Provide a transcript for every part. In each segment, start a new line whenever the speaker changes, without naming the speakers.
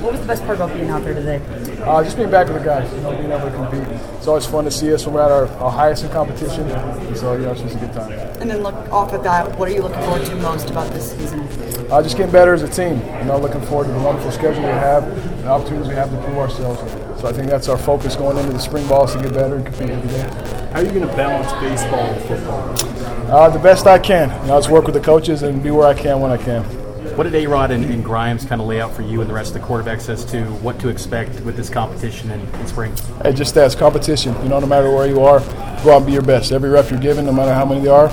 What was the best part about being out there today?
Uh, just being back with the guys, you know, being able to compete. It's always fun to see us when we're at our, our highest in competition. So, you know, it's just a good time.
And then look off of that, what are you looking forward to most about this season?
Uh, just getting better as a team. You know, looking forward to the wonderful schedule we have and the opportunities we have to prove ourselves. So I think that's our focus going into the spring ball is to get better and compete every day.
How are you going to balance baseball and football?
Uh, the best I can. You know, just work with the coaches and be where I can when I can.
What did Arod and, and Grimes kind of lay out for you and the rest of the quarterbacks as to what to expect with this competition in, in spring?
Hey, just that. It's competition. You know, no matter where you are, go out and be your best. Every rep you're given, no matter how many there are,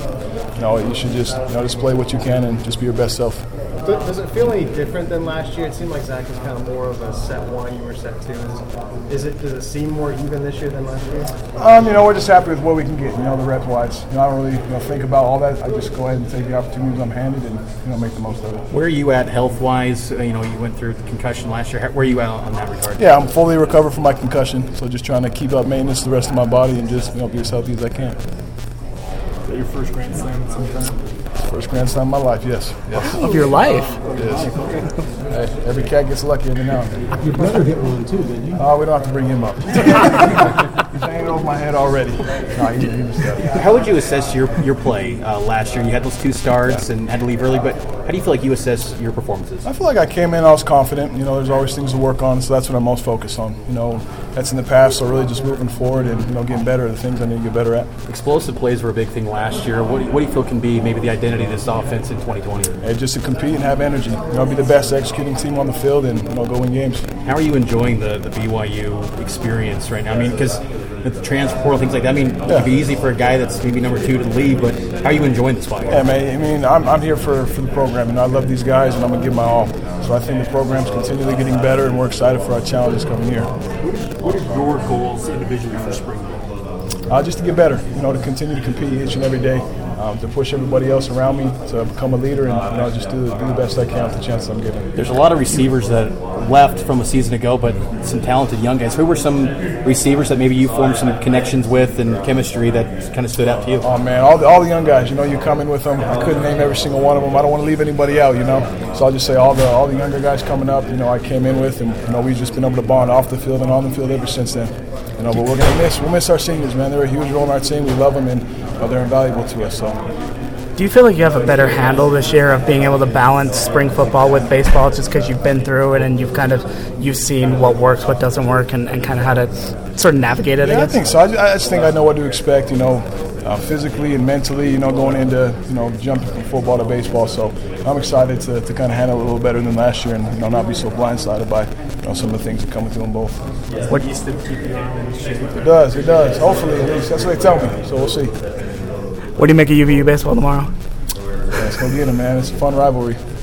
you know, you should just you know, just play what you can and just be your best self.
Does does it feel any different than last year? It seemed like Zach was kind of more of a set one, you were set two. Is, is it? Does it seem more even this year than last year?
Um, you know, we're just happy with what we can get. You know, the rep wise. You know, I don't really you know, think about all that. I just go ahead and take the opportunities I'm handed and you know make the most of it.
Where are you at health wise? You know, you went through the concussion last year. How- Where are you at on that regard?
Yeah, I'm fully recovered from my concussion, so just trying to keep up maintenance the rest of my body and just you know be as healthy as I can.
Your first grand slam sometime.
First grand slam of my life, yes. Yes,
Of your life.
it is. Hey, every cat gets lucky every now and then.
Your brother hit one too, didn't you?
Oh, we don't have to bring him up. He's hanging over my head already. No, he, he was tough.
How would you assess your, your play uh, last year? You had those two starts and had to leave early, but how do you feel like you assess your performances?
I feel like I came in, I was confident. You know, there's always things to work on, so that's what I'm most focused on. You know, that's in the past, so really just moving forward and, you know, getting better at the things I need to get better at.
Explosive plays were a big thing last year. What, do you- what do you feel can be maybe the identity of this offense in 2020?
And just to compete and have energy. You know, be the best executing team on the field and, you know, go win games.
How are you enjoying the, the BYU experience right now? I mean, because the transfer portal, things like that, I mean, it'd be easy for a guy that's maybe number two to leave, but how are you enjoying this spot?
Yeah, man, I mean, I'm, I'm here for, for the program. You know, I love these guys, and I'm going to give my all. So I think the program's continually getting better, and we're excited for our challenges coming here.
What are your goals individually for spring ball?
uh, just to get better, you know, to continue to compete each and every day, um, to push everybody else around me to become a leader and you know, just do, do the best I can with the chance I'm given.
There's a lot of receivers that left from a season ago, but some talented young guys. Who were some receivers that maybe you formed some connections with and chemistry that kind of stood out to you?
Oh man, all the, all the young guys, you know, you come in with them. I couldn't name every single one of them. I don't want to leave anybody out, you know. So I'll just say all the all the younger guys coming up, you know, I came in with, and you know, we've just been able to bond off the field and on the field ever since then. You know, but we're gonna miss we'll miss our seniors, man. They're a huge role in our team. We love them, and you know, they're invaluable to us. So
Do you feel like you have a better handle this year of being able to balance spring football with baseball just because you've been through it and you've kind of you've seen what works, what doesn't work, and, and kind of how to sort of navigate it?
Yeah, I
guess?
think so. I ju- I just think I know what to expect, you know, uh, physically and mentally, you know, going into, you know, jumping from football to baseball. So I'm excited to, to kind of handle it a little better than last year and, you know, not be so blindsided by, you know, some of the things that come with doing both.
What do you still keep your arm in shape?
It does, it does. Hopefully, at least. That's what they tell me. So we'll see. Yeah,
What do you make of UVU baseball tomorrow?
let's go get it, man. It's a fun rivalry.